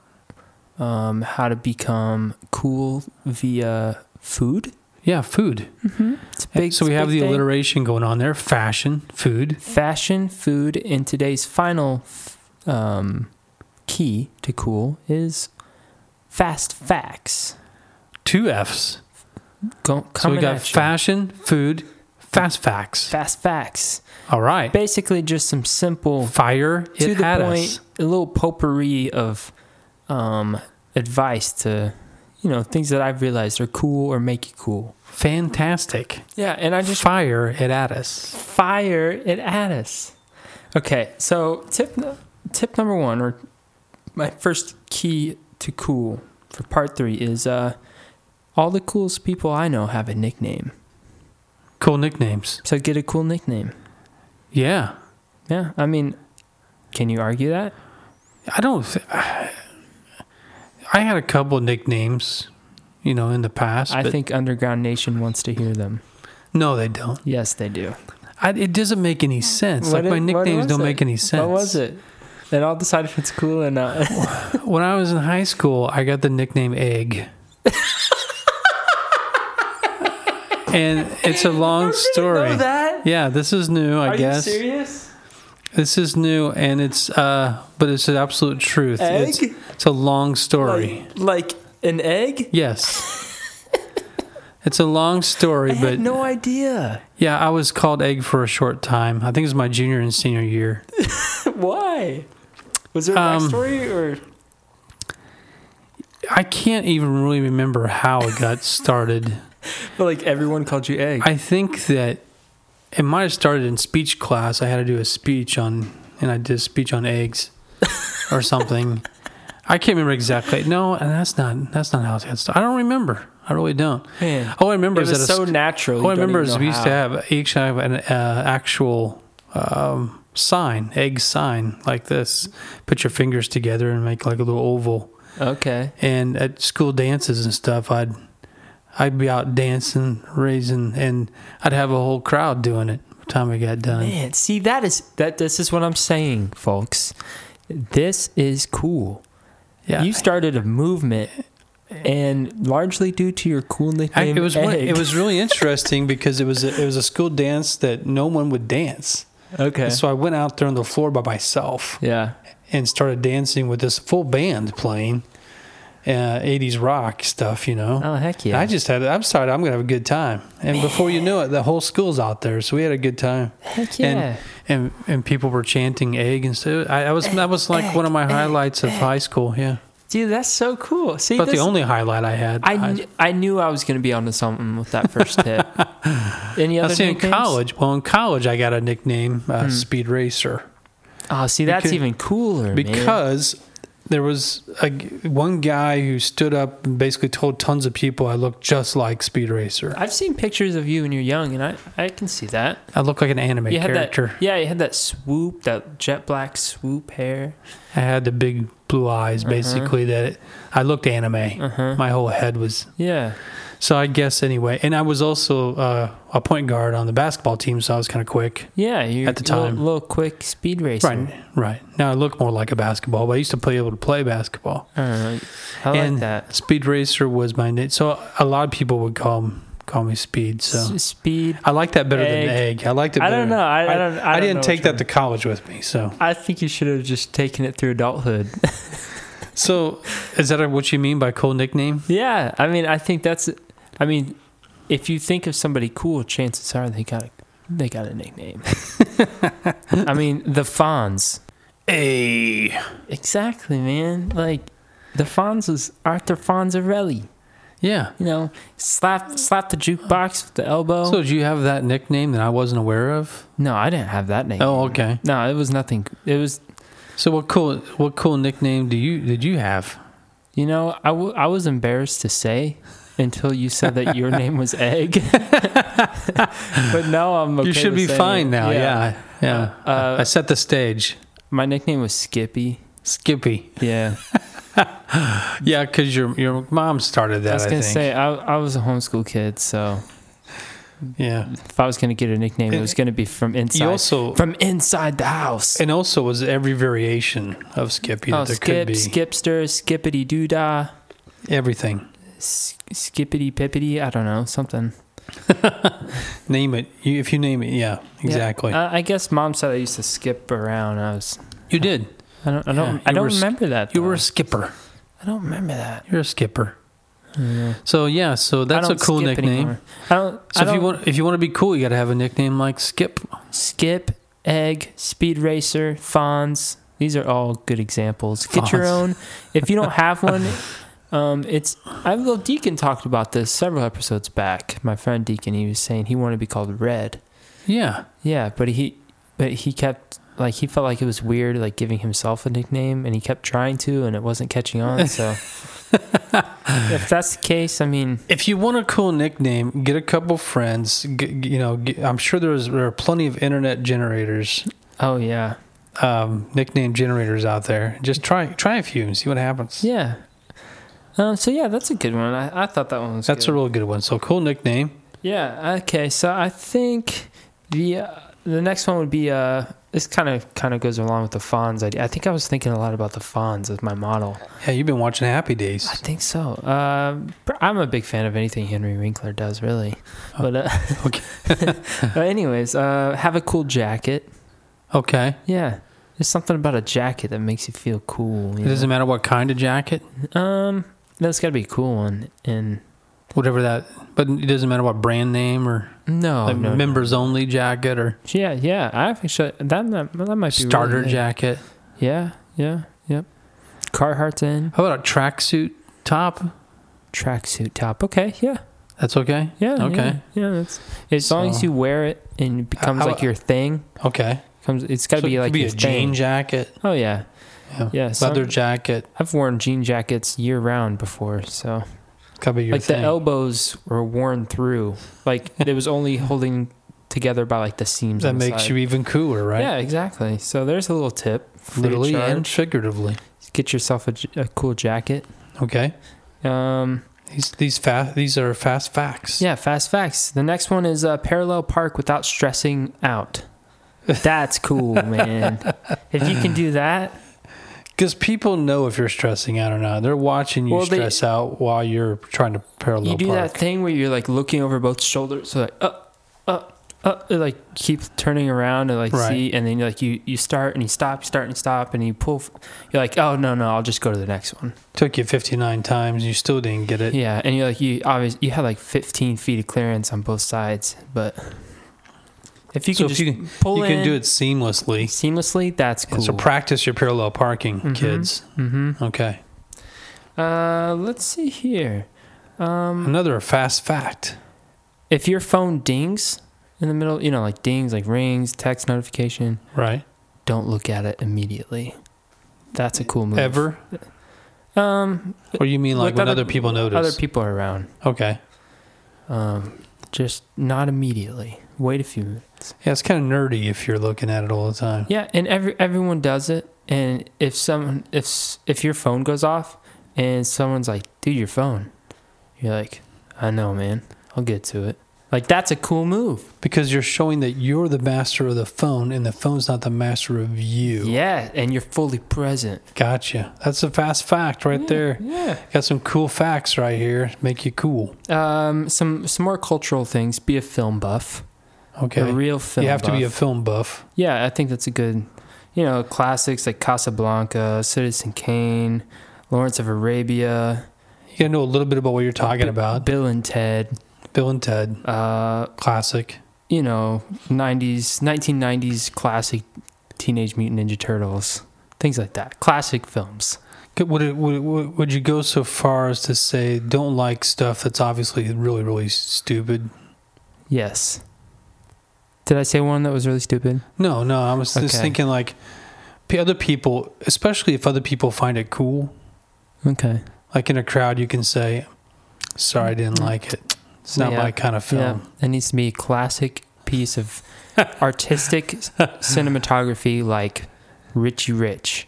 Speaker 3: um, how to become cool via food.
Speaker 2: Yeah, food.
Speaker 3: It's a big.
Speaker 2: so we
Speaker 3: it's a
Speaker 2: have
Speaker 3: big
Speaker 2: the
Speaker 3: thing.
Speaker 2: alliteration going on there. Fashion, food.
Speaker 3: fashion, food, and today's final f- um, key to cool is fast facts.
Speaker 2: Two Fs. So
Speaker 3: Go, coming
Speaker 2: we got
Speaker 3: at you.
Speaker 2: fashion, food, fast facts.
Speaker 3: fast facts.
Speaker 2: All right.
Speaker 3: Basically, just some simple,
Speaker 2: Fire it
Speaker 3: to the
Speaker 2: at
Speaker 3: point,
Speaker 2: us.
Speaker 3: a little potpourri of um, advice to, you know, things that I've realized are cool or make you cool.
Speaker 2: Fantastic.
Speaker 3: Yeah, and I just
Speaker 2: Fire it at us.
Speaker 3: fire it at us. Okay, so tip nu- tip number one, or my first key to cool for part three is uh, all the coolest people I know have a nickname,
Speaker 2: Cool nicknames.
Speaker 3: so get a cool nickname.
Speaker 2: Yeah.
Speaker 3: Yeah, I mean, can you argue that?
Speaker 2: I don't. Th- I had a couple nicknames, you know, in the past.
Speaker 3: I
Speaker 2: but
Speaker 3: think Underground Nation wants to hear them.
Speaker 2: no, they don't.
Speaker 3: Yes, they do.
Speaker 2: I, it doesn't make any sense. like
Speaker 3: What
Speaker 2: my
Speaker 3: it- what
Speaker 2: nicknames
Speaker 3: was
Speaker 2: don't
Speaker 3: it?
Speaker 2: make any sense.
Speaker 3: What was it? and I'll decide if it's cool or not.
Speaker 2: When I was in high school, I got the nickname Egg. and it's a long story.
Speaker 3: know that?
Speaker 2: Yeah, this is new, I
Speaker 3: Are
Speaker 2: guess.
Speaker 3: you serious?
Speaker 2: This is new and it's uh but it's an absolute truth. It's,
Speaker 3: Egg?
Speaker 2: it's a long story.
Speaker 3: Like, like an egg?
Speaker 2: yes. it's a long story,
Speaker 3: I
Speaker 2: but
Speaker 3: had no idea.
Speaker 2: yeah, I was called Egg for a short time. I think it was my junior and senior year.
Speaker 3: Why? Was there a
Speaker 2: Um,
Speaker 3: backstory or?
Speaker 2: I can't even really remember how it got started.
Speaker 3: But like everyone called you egg.
Speaker 2: I think that it might have started in speech class. I had to do a speech on, and I did a speech on eggs or something. I can't remember exactly. No, and that's not that's not how it got started. I don't remember. I really don't.
Speaker 3: Man,
Speaker 2: All I remember
Speaker 3: it
Speaker 2: is
Speaker 3: was
Speaker 2: that a
Speaker 3: so
Speaker 2: sc-
Speaker 3: natural.
Speaker 2: all
Speaker 3: you
Speaker 2: I
Speaker 3: don't
Speaker 2: remember
Speaker 3: even
Speaker 2: is
Speaker 3: know
Speaker 2: we used
Speaker 3: how.
Speaker 2: to have each have an uh, actual um, sign, egg sign like this. Put your fingers together and make like a little oval
Speaker 3: Okay.
Speaker 2: and at school dances and stuff i'd i'd be out dancing raising and i'd have a whole crowd doing it by the time we got done
Speaker 3: Man, see that is that. This is what I'm saying, folks. This is cool.
Speaker 2: yeah
Speaker 3: You started a movement, and largely due to your cool
Speaker 2: I,
Speaker 3: nickname,
Speaker 2: it was one,
Speaker 3: Egg.
Speaker 2: it was really interesting because it was a, it was a school dance that no one would dance
Speaker 3: okay.
Speaker 2: And so i went out there on the floor by myself
Speaker 3: yeah,
Speaker 2: and started dancing with this full band playing uh, 80s rock stuff you know
Speaker 3: Oh, heck yeah.
Speaker 2: i just had i'm sorry i'm gonna have a good time and before you knew it the whole school's out there so we had a good time
Speaker 3: heck
Speaker 2: and and and people were chanting egg and so I, I was that was like one of my highlights of high school yeah
Speaker 3: dude, that's so cool. See,
Speaker 2: but the
Speaker 3: this-
Speaker 2: only highlight I had
Speaker 3: I,
Speaker 2: I,
Speaker 3: kn- I knew I was going to be onto something with that first tip. Any
Speaker 2: I
Speaker 3: other
Speaker 2: was in
Speaker 3: nicknames? Hmm.
Speaker 2: college well in college I got a nickname uh, speed racer
Speaker 3: Oh, see, that's
Speaker 2: Because-
Speaker 3: even cooler. man.
Speaker 2: because there was a g one guy who stood up and basically told tons of people I looked just like speed racer
Speaker 3: I've seen pictures of you when you're young, and I, I can see that.
Speaker 2: I looked like an anime
Speaker 3: You had
Speaker 2: character
Speaker 3: that, yeah. You had that swoop, that jet black swoop hair.
Speaker 2: I had the big blue
Speaker 3: Uh-huh.
Speaker 2: eyes basically that I looked anime my whole head was
Speaker 3: Yeah,
Speaker 2: So I guess anyway, and I was also uh, a point guard on the basketball team, so I was kind of quick.
Speaker 3: yeah. You
Speaker 2: At the time.
Speaker 3: little, little quick speed racer.
Speaker 2: Right, right. Now I look more like a basketball, but I used to be able to play basketball.
Speaker 3: Uh, I like
Speaker 2: and
Speaker 3: that.
Speaker 2: Speed Racer was my name, so a lot of people would call m- call me Speed. So
Speaker 3: S- speed.
Speaker 2: I like that better
Speaker 3: Egg.
Speaker 2: than Egg. I liked it.
Speaker 3: I
Speaker 2: Better.
Speaker 3: don't know. I- I don't- I don't
Speaker 2: didn't
Speaker 3: know
Speaker 2: take
Speaker 3: which
Speaker 2: that
Speaker 3: one.
Speaker 2: to college with me. So,
Speaker 3: I think you should have just taken it through adulthood.
Speaker 2: so is that what you mean by cool nickname?
Speaker 3: yeah, I mean, I think that's. I mean, if you think of somebody cool, chances are they got a, they got a nickname. I mean, the Fonz.
Speaker 2: A.
Speaker 3: Exactly, man. Like the Fonz was Arthur Fonzarelli.
Speaker 2: Yeah.
Speaker 3: You know, slap slap the jukebox with the elbow.
Speaker 2: So, do you have that nickname that I wasn't aware of?
Speaker 3: no, I didn't have that name.
Speaker 2: Oh, okay.
Speaker 3: No, it was nothing. It was
Speaker 2: So, what cool what cool nickname do you did you have?
Speaker 3: You know, I, w- I was embarrassed to say until you said that your name was Egg. but now I'm okay.
Speaker 2: you should
Speaker 3: with
Speaker 2: be
Speaker 3: saying
Speaker 2: fine
Speaker 3: it.
Speaker 2: now. Yeah, yeah.
Speaker 3: Uh,
Speaker 2: I set the stage.
Speaker 3: My nickname was Skippy.
Speaker 2: Skippy.
Speaker 3: Yeah.
Speaker 2: Yeah, because your your mom started that.
Speaker 3: I was
Speaker 2: I
Speaker 3: going to
Speaker 2: think.
Speaker 3: say, I, I was a homeschool kid, so
Speaker 2: Yeah,
Speaker 3: if I was going to get a nickname, it was going to be from inside.
Speaker 2: you also
Speaker 3: from inside the house.
Speaker 2: and also was every variation of Skippy
Speaker 3: oh,
Speaker 2: that there could be.
Speaker 3: skip, skipster, skippity doo dah,
Speaker 2: Everything.
Speaker 3: skippity pippity. I don't know, something.
Speaker 2: Name it. You, if you name it, yeah,
Speaker 3: Yeah.
Speaker 2: exactly.
Speaker 3: Uh, I guess mom said I used to skip around. I was.
Speaker 2: you did.
Speaker 3: I don't. I don't.
Speaker 2: Yeah,
Speaker 3: I
Speaker 2: you
Speaker 3: don't
Speaker 2: were sk-
Speaker 3: remember that.
Speaker 2: You were
Speaker 3: though.
Speaker 2: a skipper.
Speaker 3: I don't remember that.
Speaker 2: You're a skipper. So yeah, so Mm-hmm. that's
Speaker 3: I
Speaker 2: a
Speaker 3: don't
Speaker 2: cool
Speaker 3: skip
Speaker 2: nickname.
Speaker 3: anymore. I don't.
Speaker 2: So
Speaker 3: I
Speaker 2: if
Speaker 3: don't
Speaker 2: you want if you want to be cool, you got to have a nickname like Skip.
Speaker 3: skip, egg, speed racer, Fonz. These are all good examples. Get your
Speaker 2: Fonz.
Speaker 3: own. If you don't have one, um, it's. I well, Deacon talked about this several episodes back. My friend Deacon, he was saying he wanted to be called Red.
Speaker 2: Yeah.
Speaker 3: Yeah, but he, but he kept like he felt like it was weird like giving himself a nickname, and he kept trying to, and it wasn't catching on. So. if that's the case, I mean,
Speaker 2: If you want a cool nickname, get a couple friends. G g- you know, g I'm sure there's there are plenty of internet generators,
Speaker 3: oh yeah,
Speaker 2: um, nickname generators out there. Just try try a few and see what happens.
Speaker 3: Yeah. Um, so yeah, that's a good one. I, I thought that one was.
Speaker 2: That's a
Speaker 3: good.
Speaker 2: real good one. So cool nickname.
Speaker 3: yeah. Okay, so I think the uh, the next one would be uh, this kind of kind of goes along with the Fonz idea. I think I was thinking a lot about the Fonz as my model.
Speaker 2: Yeah, you've been watching Happy
Speaker 3: I
Speaker 2: Days.
Speaker 3: think so. Um, pr- I'm a big fan of anything Henry Winkler does, really. But, uh,
Speaker 2: Oh, Okay.
Speaker 3: but anyways, uh, have a cool jacket.
Speaker 2: Okay.
Speaker 3: Yeah, there's something about a jacket that makes you feel cool.
Speaker 2: It
Speaker 3: you
Speaker 2: doesn't matter what kind of jacket,
Speaker 3: know? Um, that's got to be a cool one. And
Speaker 2: whatever that, but it doesn't matter what brand name or
Speaker 3: no,
Speaker 2: like
Speaker 3: Oh, no, no.
Speaker 2: members only jacket or
Speaker 3: Yeah, yeah. I actually that that, that might be
Speaker 2: starter
Speaker 3: really good.
Speaker 2: jacket.
Speaker 3: Yeah, yeah, yep. Carhartt's in
Speaker 2: How about a tracksuit top?
Speaker 3: tracksuit top. Okay, yeah,
Speaker 2: That's okay.
Speaker 3: yeah.
Speaker 2: Okay.
Speaker 3: yeah, yeah that's, as long as
Speaker 2: So-
Speaker 3: you wear it and it becomes
Speaker 2: How-
Speaker 3: like your thing.
Speaker 2: Okay.
Speaker 3: Comes, it's got to
Speaker 2: So
Speaker 3: be
Speaker 2: it
Speaker 3: like
Speaker 2: could be
Speaker 3: your
Speaker 2: a
Speaker 3: thing.
Speaker 2: jean jacket.
Speaker 3: Oh yeah,
Speaker 2: Yeah.
Speaker 3: Yeah,
Speaker 2: Leather
Speaker 3: some-
Speaker 2: jacket.
Speaker 3: I've worn jean jackets year round before, so
Speaker 2: Could be your
Speaker 3: like
Speaker 2: thing.
Speaker 3: the elbows were worn through, like it was only holding together by like the seams.
Speaker 2: that
Speaker 3: on the
Speaker 2: makes
Speaker 3: side.
Speaker 2: you even cooler, right?
Speaker 3: Yeah, exactly. So there's a little tip. free of
Speaker 2: Literally and
Speaker 3: charge.
Speaker 2: figuratively.
Speaker 3: get yourself a, j- a cool jacket.
Speaker 2: Okay.
Speaker 3: Um,
Speaker 2: These these fast these are fast facts.
Speaker 3: Yeah, fast facts. The next one is uh, parallel park without stressing out. That's cool, man. If you can do that,
Speaker 2: Because people know if you're stressing out or not. They're watching you
Speaker 3: Well, they-
Speaker 2: stress out while you're trying to parallel
Speaker 3: you do
Speaker 2: park.
Speaker 3: that thing where you're like looking over both shoulders, so like up, up, up, and, like keep turning around and like
Speaker 2: Right.
Speaker 3: see, and then like you you start and you stop, you start and you stop, and you pull. f- You're like, oh no no, I'll just go to the next one.
Speaker 2: Took you 59 times. You still didn't get it.
Speaker 3: Yeah, and you're like you obviously you had like 15 feet of clearance on both sides, but if you
Speaker 2: so
Speaker 3: can
Speaker 2: if
Speaker 3: just
Speaker 2: you can,
Speaker 3: pull
Speaker 2: you can do
Speaker 3: in
Speaker 2: it seamlessly.
Speaker 3: seamlessly, that's cool.
Speaker 2: So practice your parallel parking,
Speaker 3: Mhm.
Speaker 2: kids.
Speaker 3: mm-hmm.
Speaker 2: Okay.
Speaker 3: Uh, let's see here. Um,
Speaker 2: Another fast fact.
Speaker 3: if your phone dings in the middle, you know, like dings, like rings, text notification,
Speaker 2: Right.
Speaker 3: don't look at it immediately. That's a cool move.
Speaker 2: Ever?
Speaker 3: Um,
Speaker 2: Or you mean like
Speaker 3: with
Speaker 2: when other, people notice?
Speaker 3: Other people are around.
Speaker 2: okay.
Speaker 3: Um, just not immediately. Wait a few minutes.
Speaker 2: Yeah, it's kind of nerdy if you're looking at it all the time.
Speaker 3: Yeah, and every everyone does it. And if someone, if s- if your phone goes off, and someone's like, "Dude, your phone," you're like, "I know, man. I'll get to it." Like that's a cool move.
Speaker 2: Because you're showing that you're the master of the phone and the phone's not the master of you.
Speaker 3: Yeah, and you're fully present.
Speaker 2: Gotcha. That's a fast fact right there.
Speaker 3: Yeah.
Speaker 2: Got some cool facts right here. Make you cool.
Speaker 3: Um, some some more cultural things. Be a film buff.
Speaker 2: Okay.
Speaker 3: A real film.
Speaker 2: you have to be a
Speaker 3: buff.
Speaker 2: film buff.
Speaker 3: yeah, I think that's a good. You know, classics like Casablanca, Citizen Kane, Lawrence of Arabia,
Speaker 2: You got to know a little bit about what you're talking
Speaker 3: B-
Speaker 2: about.
Speaker 3: Bill and Ted.
Speaker 2: Bill and Ted,
Speaker 3: Uh,
Speaker 2: classic.
Speaker 3: you know, nineties, nineteen nineties classic Teenage Mutant Ninja Turtles, things like that. Classic films.
Speaker 2: Could- Would, it, would, it- would would you go so far as to say don't like stuff that's obviously really really stupid?
Speaker 3: Yes. Did I say one that was really stupid?
Speaker 2: No, no. I was just
Speaker 3: Okay.
Speaker 2: thinking like p- other people, especially if other people find it cool.
Speaker 3: Okay.
Speaker 2: Like in a crowd, you can say, "Sorry, I didn't like it. It's not
Speaker 3: Mm. Yeah.
Speaker 2: my kind of film."
Speaker 3: Yeah, it needs to be a classic piece of artistic s- cinematography like Richie Rich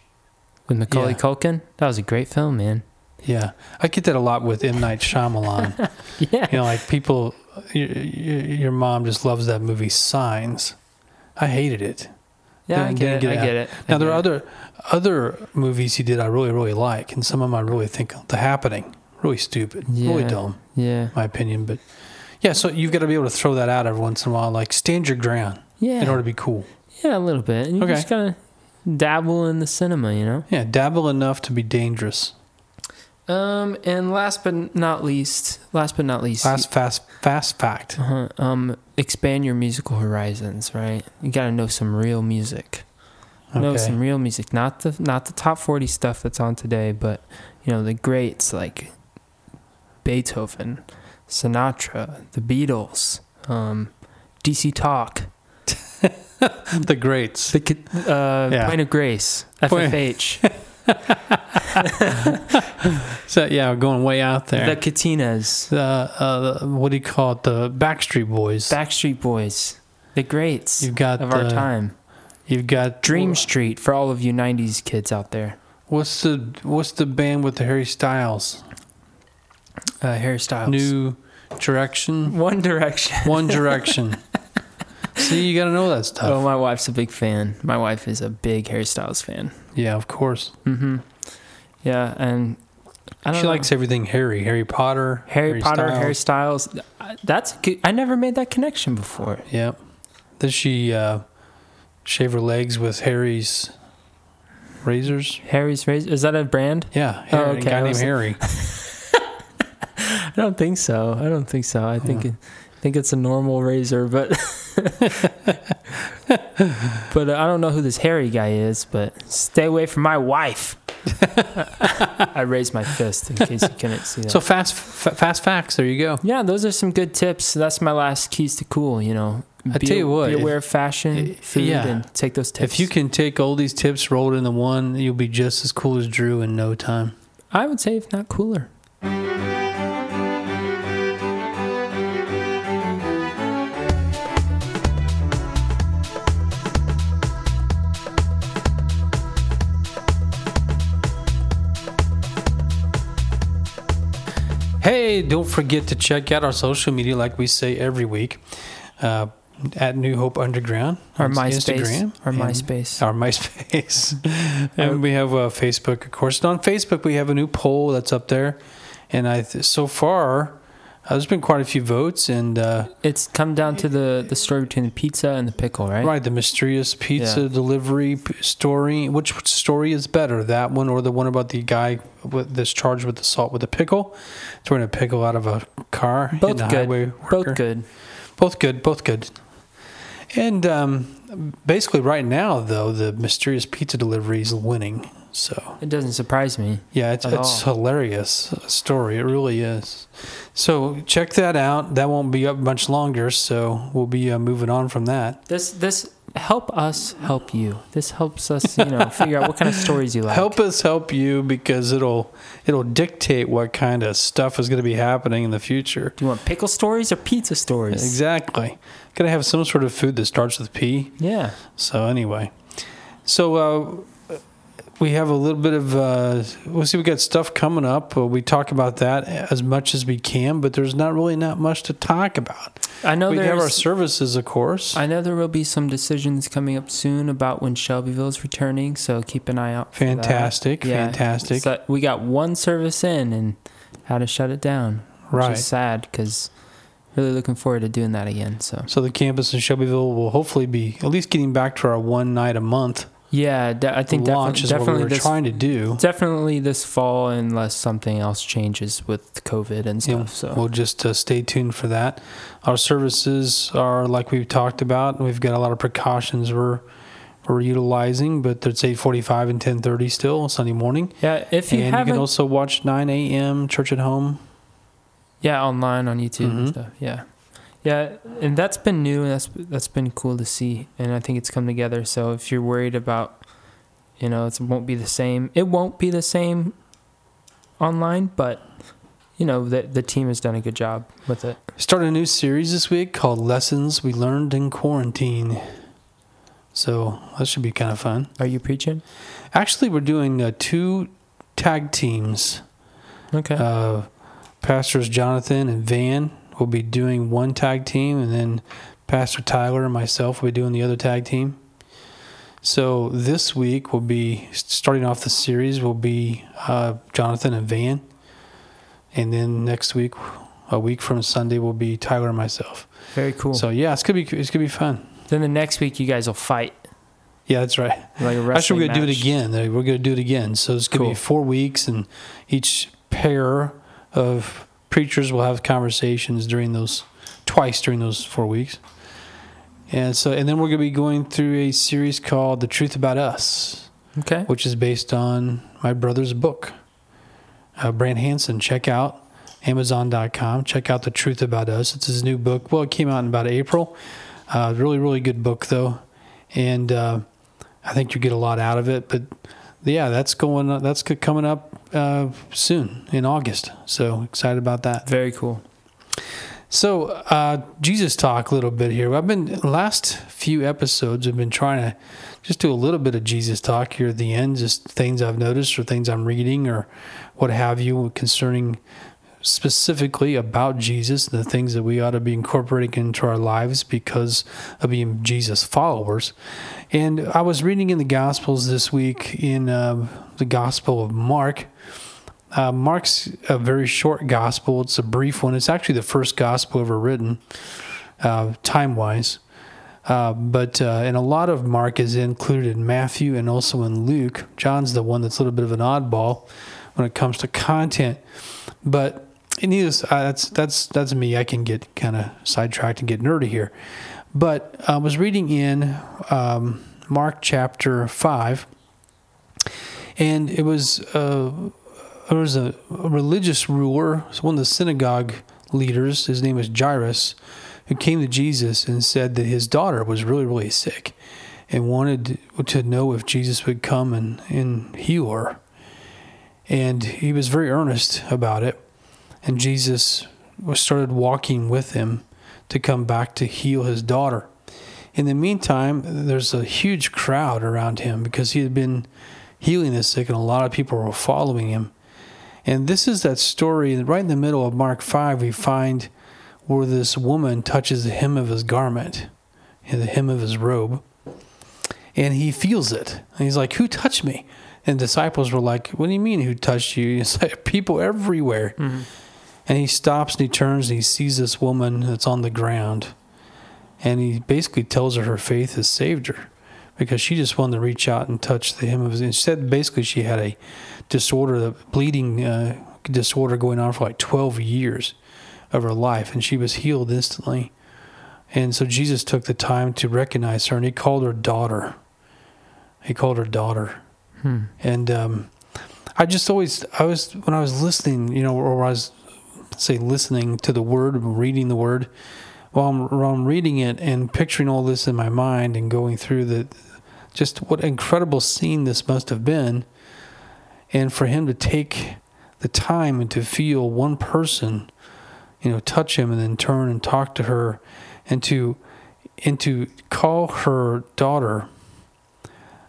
Speaker 3: with Macaulay
Speaker 2: Yeah.
Speaker 3: Culkin. That was a great film, man.
Speaker 2: Yeah, I get that a lot with M Night Shyamalan.
Speaker 3: Yeah.
Speaker 2: you know, like people, your, your, your mom just loves that movie Signs. I hated it.
Speaker 3: Yeah, I
Speaker 2: Didn't- didn't
Speaker 3: get,
Speaker 2: get
Speaker 3: it. I
Speaker 2: it.
Speaker 3: get it.
Speaker 2: Now
Speaker 3: I
Speaker 2: there are
Speaker 3: get it.
Speaker 2: other other movies he did I really really like, and some of them I really think The Happening really stupid, really
Speaker 3: Yeah.
Speaker 2: dumb,
Speaker 3: Yeah.
Speaker 2: my opinion. But yeah, so you've got to be able to throw that out every once in a while, like stand your ground
Speaker 3: Yeah.
Speaker 2: in order to be cool.
Speaker 3: yeah, a little bit. And you
Speaker 2: Okay.
Speaker 3: just got to dabble in the cinema, you know?
Speaker 2: Yeah, dabble enough to be dangerous.
Speaker 3: Um, and last but not least, last but not least,
Speaker 2: Last fast fast fact.
Speaker 3: uh um, expand your musical horizons, right? You got to know some real music. know some
Speaker 2: Okay.
Speaker 3: real music, not the not the top forty stuff that's on today, but you know the greats like Beethoven, Sinatra, the Beatles, um, DC Talk,
Speaker 2: The greats.
Speaker 3: the Ca- uh,
Speaker 2: Yeah.
Speaker 3: Point of Grace,
Speaker 2: Point-
Speaker 3: FFH,
Speaker 2: So yeah, we're going way out there.
Speaker 3: the Katinas,
Speaker 2: The, uh, the- what do you call it? The Backstreet Boys.
Speaker 3: Backstreet Boys, the greats
Speaker 2: you've got
Speaker 3: of
Speaker 2: the,
Speaker 3: our time.
Speaker 2: You've got
Speaker 3: Dream Street for all of you '90s kids out there.
Speaker 2: What's the What's the band with the Harry Styles?
Speaker 3: Uh, hairstyles.
Speaker 2: New Direction.
Speaker 3: One Direction.
Speaker 2: One Direction. See, you got to know that stuff.
Speaker 3: Oh, my wife's a big fan. My wife is a big hairstyles fan.
Speaker 2: yeah, of course.
Speaker 3: Mm-hmm. Yeah, and I don't
Speaker 2: She
Speaker 3: know.
Speaker 2: likes everything Harry, Harry Potter,
Speaker 3: Harry, Potter,
Speaker 2: Styles.
Speaker 3: Harry Styles. I- That's good. I never made that connection before.
Speaker 2: Yeah. Does she uh, shave her legs with Harry's razors?
Speaker 3: Harry's razor is that a brand?
Speaker 2: Yeah,
Speaker 3: Oh,
Speaker 2: Harry, a
Speaker 3: okay, I
Speaker 2: guy named
Speaker 3: was-
Speaker 2: Harry.
Speaker 3: I don't think so. I don't think so. I think it, I think it's a normal razor, but but uh, I don't know who this Harry guy is. But stay away from my wife. I raised my fist in case you couldn't see that.
Speaker 2: So fast, fa fast facts. There you go.
Speaker 3: Yeah, those are some good tips. That's my last keys to cool. You know,
Speaker 2: I tell you what,
Speaker 3: be
Speaker 2: if-
Speaker 3: aware of fashion,
Speaker 2: if-
Speaker 3: food,
Speaker 2: yeah.
Speaker 3: and take those tips.
Speaker 2: If you can take all these tips rolled into one, you'll be just as cool as Drew in no time.
Speaker 3: I would say if not cooler.
Speaker 2: Hey, don't forget to check out our social media, like we say every week, uh, at New Hope Underground.
Speaker 3: Our
Speaker 2: on
Speaker 3: MySpace,
Speaker 2: Instagram Oh.
Speaker 3: our
Speaker 2: and-
Speaker 3: MySpace.
Speaker 2: Our MySpace. and we have uh, Facebook, of course. And on Facebook, we have a new poll that's up there. And I, th- so far, uh, there's been quite a few votes. And uh,
Speaker 3: It's come down to the the story between the pizza and the pickle, right?
Speaker 2: right, the mysterious pizza
Speaker 3: Yeah.
Speaker 2: delivery p- story. Which story is better, that one or the one about the guy with, that's charged with assault with a pickle, throwing a pickle out of a car? hitting
Speaker 3: Both
Speaker 2: a highway
Speaker 3: good.
Speaker 2: worker?
Speaker 3: Both good.
Speaker 2: Both good, both good. And um, basically, right now though, the mysterious pizza delivery is winning. So
Speaker 3: It doesn't surprise me.
Speaker 2: yeah, it's
Speaker 3: At
Speaker 2: it's hilarious story. It really is. So check that out. That won't be up much longer. So we'll be uh, moving on from that.
Speaker 3: This this help us help you. This helps us, you know, figure out what kind of stories you like.
Speaker 2: Help us help you because it'll it'll dictate what kind of stuff is going to be happening in the future.
Speaker 3: Do you want pickle stories or pizza stories?
Speaker 2: Exactly. Gonna have some sort of food that starts with P.
Speaker 3: Yeah.
Speaker 2: So anyway, so uh, we have a little bit of uh, we'll see. We got stuff coming up. Uh, we talk about that as much as we can, but there's not really not much to talk about.
Speaker 3: I know
Speaker 2: we
Speaker 3: there's
Speaker 2: have our services, of course.
Speaker 3: I know there will be some decisions coming up soon about when Shelbyville's returning, so keep an eye out. For that.
Speaker 2: Fantastic, fantastic.
Speaker 3: So we got one service in and how to shut it down.
Speaker 2: Right.
Speaker 3: Which is sad because really looking forward to doing that again. So
Speaker 2: so the campus in Shelbyville will hopefully be at least getting back to our one night a month
Speaker 3: yeah, de- I think
Speaker 2: launch
Speaker 3: definitely
Speaker 2: is what we
Speaker 3: definitely
Speaker 2: were
Speaker 3: this
Speaker 2: trying to do.
Speaker 3: definitely this fall unless something else changes with COVID and stuff.
Speaker 2: Yeah,
Speaker 3: so
Speaker 2: We'll just uh, stay tuned for that. Our services are like we've talked about. We've got a lot of precautions we're we're utilizing, but it's eight forty five and ten thirty still on Sunday morning.
Speaker 3: yeah, if you
Speaker 2: and you
Speaker 3: haven't,
Speaker 2: can also watch nine a.m. church at home.
Speaker 3: yeah, online on YouTube and
Speaker 2: Mhm.
Speaker 3: stuff. Yeah. Yeah, and that's been new, and that's that's been cool to see, and I think it's come together. So if you're worried about, you know, it won't be the same. It won't be the same online, but you know, the the team has done a good job with it.
Speaker 2: Start a new series this week called "Lessons We Learned in Quarantine." So that should be kind of fun.
Speaker 3: Are you preaching?
Speaker 2: Actually, we're doing uh, two tag teams.
Speaker 3: Okay.
Speaker 2: uh, pastors Jonathan and Van will be doing one tag team, and then Pastor Tyler and myself will be doing the other tag team. So this week will be starting off the series will be uh, Jonathan and Van, and then next week, a week from Sunday, will be Tyler and myself.
Speaker 3: Very cool.
Speaker 2: So yeah, it's gonna be it's gonna be fun.
Speaker 3: then the next week you guys will fight
Speaker 2: Yeah, that's right.
Speaker 3: like a wrestling
Speaker 2: Actually, we're gonna do
Speaker 3: match.
Speaker 2: it again. Like, We're gonna do it again. So it's gonna
Speaker 3: Cool.
Speaker 2: be four weeks, and each pair of preachers will have conversations during those twice during those four weeks. And so, and then we're gonna be going through a series called "The Truth About Us,"
Speaker 3: Okay.
Speaker 2: which is based on my brother's book, uh, Brand Hansen. Check out Amazon.com. Check out "The Truth About Us." It's his new book. Well, it came out in about April. Uh, really, really good book though, and uh, I think you get a lot out of it. But yeah, that's going. That's c- coming up uh, soon in August. So excited about that.
Speaker 3: Very cool.
Speaker 2: So uh, Jesus talk a little bit here. I've been last few episodes. I've been trying to just do a little bit of Jesus talk here at the end. Just things I've noticed or things I'm reading or what have you concerning specifically about Jesus, the things that we ought to be incorporating into our lives because of being Jesus followers. And I was reading in the Gospels this week in uh, the Gospel of Mark. Uh, Mark's a very short gospel. It's a brief one. It's actually the first gospel ever written, uh, time wise. Uh, but uh, and a lot of Mark is included in Matthew and also in Luke. John's the one that's a little bit of an oddball when it comes to content. But it needs uh, that's that's that's me. I can get kind of sidetracked and get nerdy here. But I was reading in um, Mark chapter five, and it was uh, there was a, a religious ruler, so one of the synagogue leaders. His name was Jairus, who came to Jesus and said that his daughter was really, really sick, and wanted to know if Jesus would come and, and heal her. And he was very earnest about it, and Jesus was started walking with him to come back to heal his daughter. In the meantime, there's a huge crowd around him because he had been healing the sick, and a lot of people were following him. And this is that story that right in the middle of Mark 5, we find where this woman touches the hem of his garment, and the hem of his robe, and he feels it. And he's like, Who touched me? And disciples were like, What do you mean, who touched you? It's like people everywhere. And he stops and he turns and he sees this woman that's on the ground. And he basically tells her her faith has saved her because she just wanted to reach out and touch the hem of his. And she said basically she had a disorder, the bleeding uh, disorder going on for like 12 years of her life, and she was healed instantly. And so Jesus took the time to recognize her and he called her daughter. He called her daughter. And um, I just always, I was, when I was listening, you know, or I was, say, listening to the word, reading the word, while I'm, while I'm reading it and picturing all this in my mind and going through the, just what incredible scene this must have been. And for him to take the time and to feel one person, you know, touch him and then turn and talk to her and to, and to call her daughter.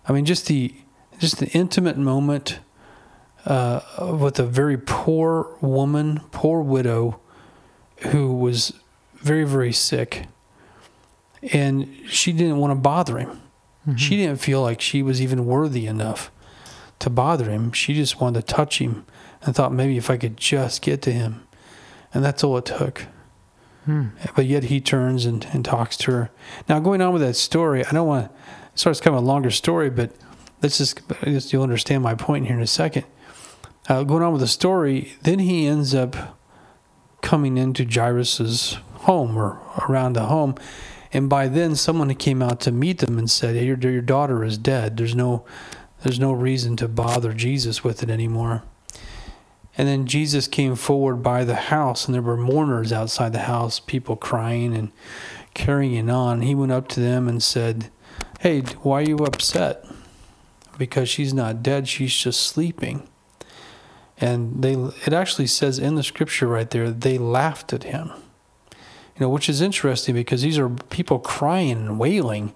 Speaker 2: I mean, just the, just the intimate moment uh, with a very poor woman, poor widow, who was very, very sick, and she didn't want to bother him. She didn't feel like she was even worthy enough to bother him. She just wanted to touch him and thought maybe if I could just get to him, and that's all it took. But yet he turns and, and talks to her. Now, going on with that story, I don't want to. Sorry, it's kind of a longer story, but let's just, just you'll understand my point here in a second. Uh, going on with the story, then he ends up coming into Jairus's home or around the home. And by then, someone had came out to meet them and said, hey, your, your daughter is dead. There's no, there's no reason to bother Jesus with it anymore. And then Jesus came forward by the house, and there were mourners outside the house, people crying and carrying on. He went up to them and said, Hey, why are you upset? Because she's not dead, she's just sleeping and they it actually says in the scripture right there they laughed at him you know which is interesting because these are people crying and wailing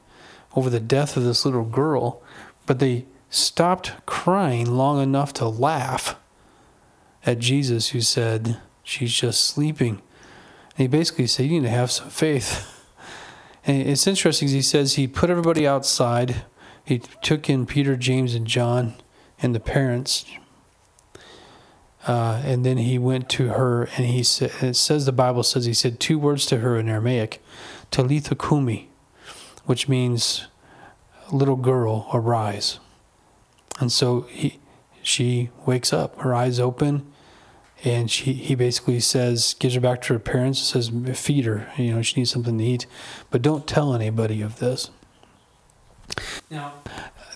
Speaker 2: over the death of this little girl but they stopped crying long enough to laugh at Jesus who said she's just sleeping and he basically said you need to have some faith and it's interesting 'cause he says he put everybody outside he took in Peter James and John and the parents uh, and then he went to her and he said, it says the Bible says he said two words to her in Aramaic, Talitha Kumi, which means little girl, arise. And so he, she wakes up, her eyes open, and she, he basically says, gives her back to her parents, says, feed her, you know, she needs something to eat, but don't tell anybody of this. Now,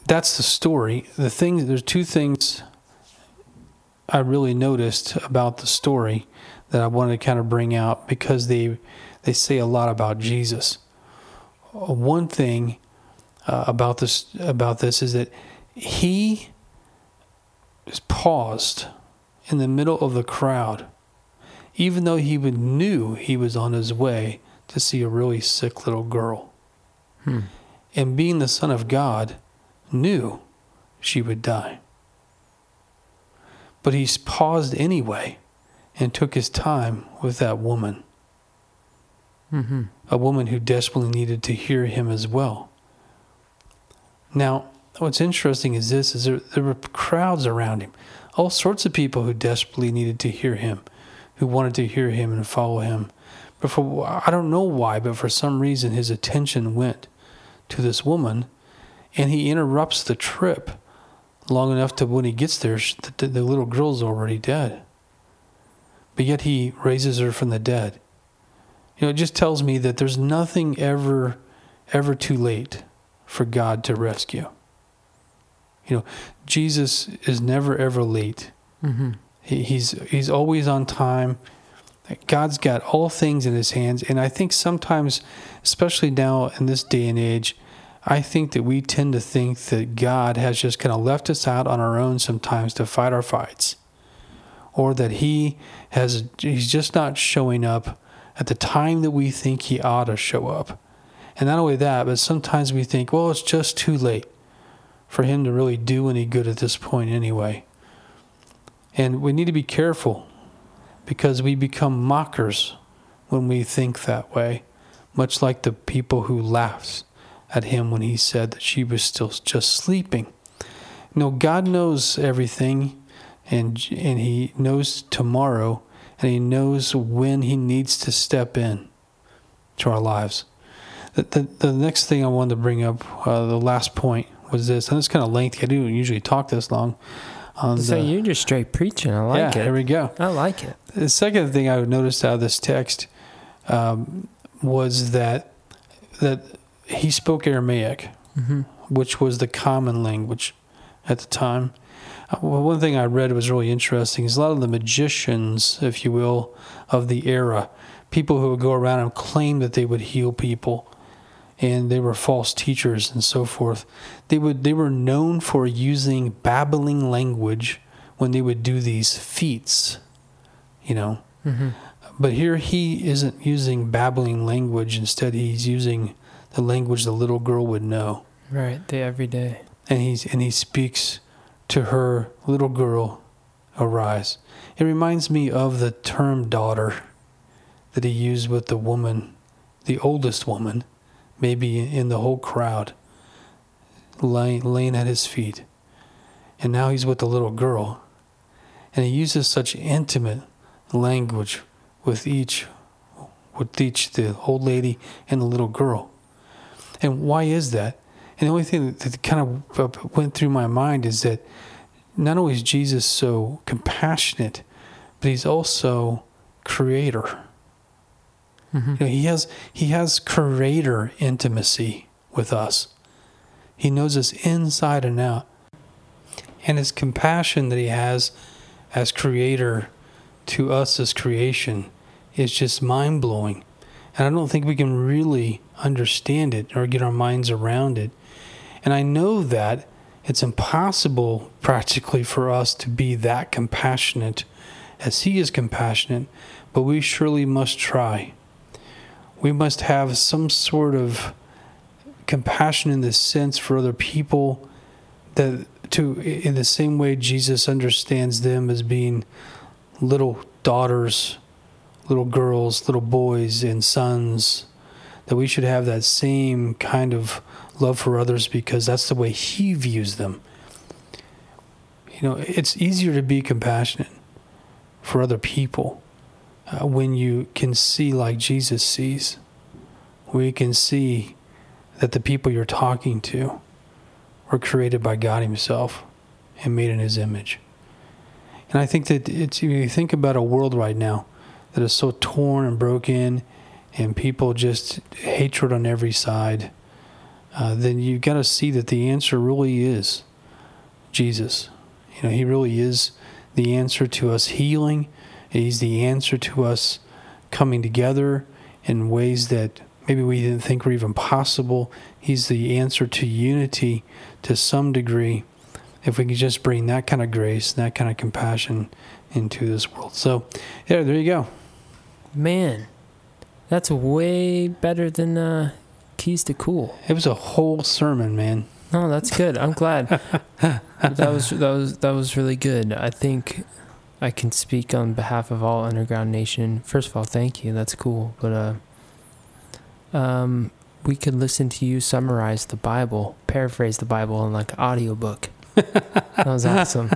Speaker 2: that's the story. The thing, there's two things I really noticed about the story that I wanted to kind of bring out because they they say a lot about Jesus. Uh, One thing uh, about this about this is that he is paused in the middle of the crowd, even though he would- knew he was on his way to see a really sick little girl, and being the Son of God, knew she would die but he's paused anyway and took his time with that woman. A woman who desperately needed to hear him as well. Now, what's interesting is this: is there, there were crowds around him, all sorts of people who desperately needed to hear him, who wanted to hear him and follow him. But for I don't know why, but for some reason, his attention went to this woman, and he interrupts the trip long enough to when he gets there, sh- the, the- the little girl's already dead. But yet he raises her from the dead. You know, it just tells me that there's nothing ever, ever too late for God to rescue. You know, Jesus is never ever late.
Speaker 3: Mm-hmm.
Speaker 2: He, he's he's always on time. God's got all things in His hands, and I think sometimes, especially now in this day and age, I think that we tend to think that God has just kind of left us out on our own sometimes to fight our fights, or that He has He's just not showing up at the time that we think He ought to show up. And not only that, but sometimes we think, well, it's just too late for Him to really do any good at this point anyway. And we need to be careful because we become mockers when we think that way, much like the people who laughed at him when he said that she was still just sleeping. No, God knows everything and and he knows tomorrow and he knows when he needs to step in to our lives. The, the, the next thing I wanted to bring up, uh, the last point was this, and it's kind of lengthy. I don't usually talk this long. On
Speaker 3: So
Speaker 2: the-
Speaker 3: you're just straight preaching. I
Speaker 2: uh, yeah,
Speaker 3: like
Speaker 2: here
Speaker 3: it.
Speaker 2: we go.
Speaker 3: I like it.
Speaker 2: The second thing I noticed out of this text um, was that that he spoke Aramaic, which was the common language at the time. Uh, well, one thing I read was really interesting is a lot of the magicians, if you will, of the era, people who would go around and claim that they would heal people, and they were false teachers and so forth. They would they were known for using babbling language when they would do these feats you know. But here he isn't using babbling language. Instead, he's using the language the little girl would know,
Speaker 3: Right. The everyday.
Speaker 2: and he's and he speaks to her little girl, arise. It reminds me of the term daughter that he used with the woman, the oldest woman, maybe in the whole crowd, lying, laying at his feet. And now he's with the little girl. And he uses such intimate language with each, with each, the old lady and the little girl. And why is that? And the only thing that, that kind of uh, went through my mind is that not only is Jesus so compassionate, but he's also creator. You know, he has he has creator intimacy with us. He knows us inside and out. And his compassion that he has as creator to us as creation is just mind blowing. And I don't think we can really understand it or get our minds around it. And I know that it's impossible practically for us to be that compassionate as he is compassionate, but we surely must try. We must have some sort of compassion in the sense for other people that to in the same way Jesus understands them as being little daughters, little girls, little boys and sons that we should have that same kind of love for others because that's the way he views them. You know, it's easier to be compassionate for other people uh, when you can see like Jesus sees. We can see that the people you're talking to were created by God Himself and made in His image. And I think that it's you think about a world right now that is so torn and broken, and people just hatred on every side. Uh, then you've got to see that the answer really is Jesus. You know, He really is the answer to us healing. He's the answer to us coming together in ways that maybe we didn't think were even possible. He's the answer to unity to some degree if we could just bring that kind of grace, that kind of compassion into this world. So, yeah, there you go.
Speaker 3: Man, that's way better than uh, Keys to Cool.
Speaker 2: It was a whole sermon, man.
Speaker 3: No, that's good. I'm glad. that was that was that was really good. I think I can speak on behalf of all Underground Nation. First of all, thank you. That's cool. But uh, um, we could listen to you summarize the Bible, paraphrase the Bible in like an audiobook. that was awesome.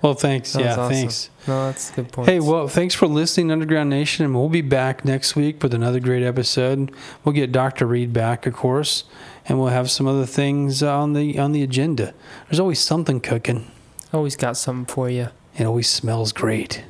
Speaker 2: Well, thanks.
Speaker 3: That was
Speaker 2: yeah,
Speaker 3: awesome.
Speaker 2: thanks.
Speaker 3: No, that's a good point.
Speaker 2: Hey, well, thanks for listening, Underground Nation, and we'll be back next week with another great episode. We'll get Doctor Reed back, of course, and we'll have some other things on the on the agenda. There's always something cooking.
Speaker 3: always got something for you.
Speaker 2: It always smells great.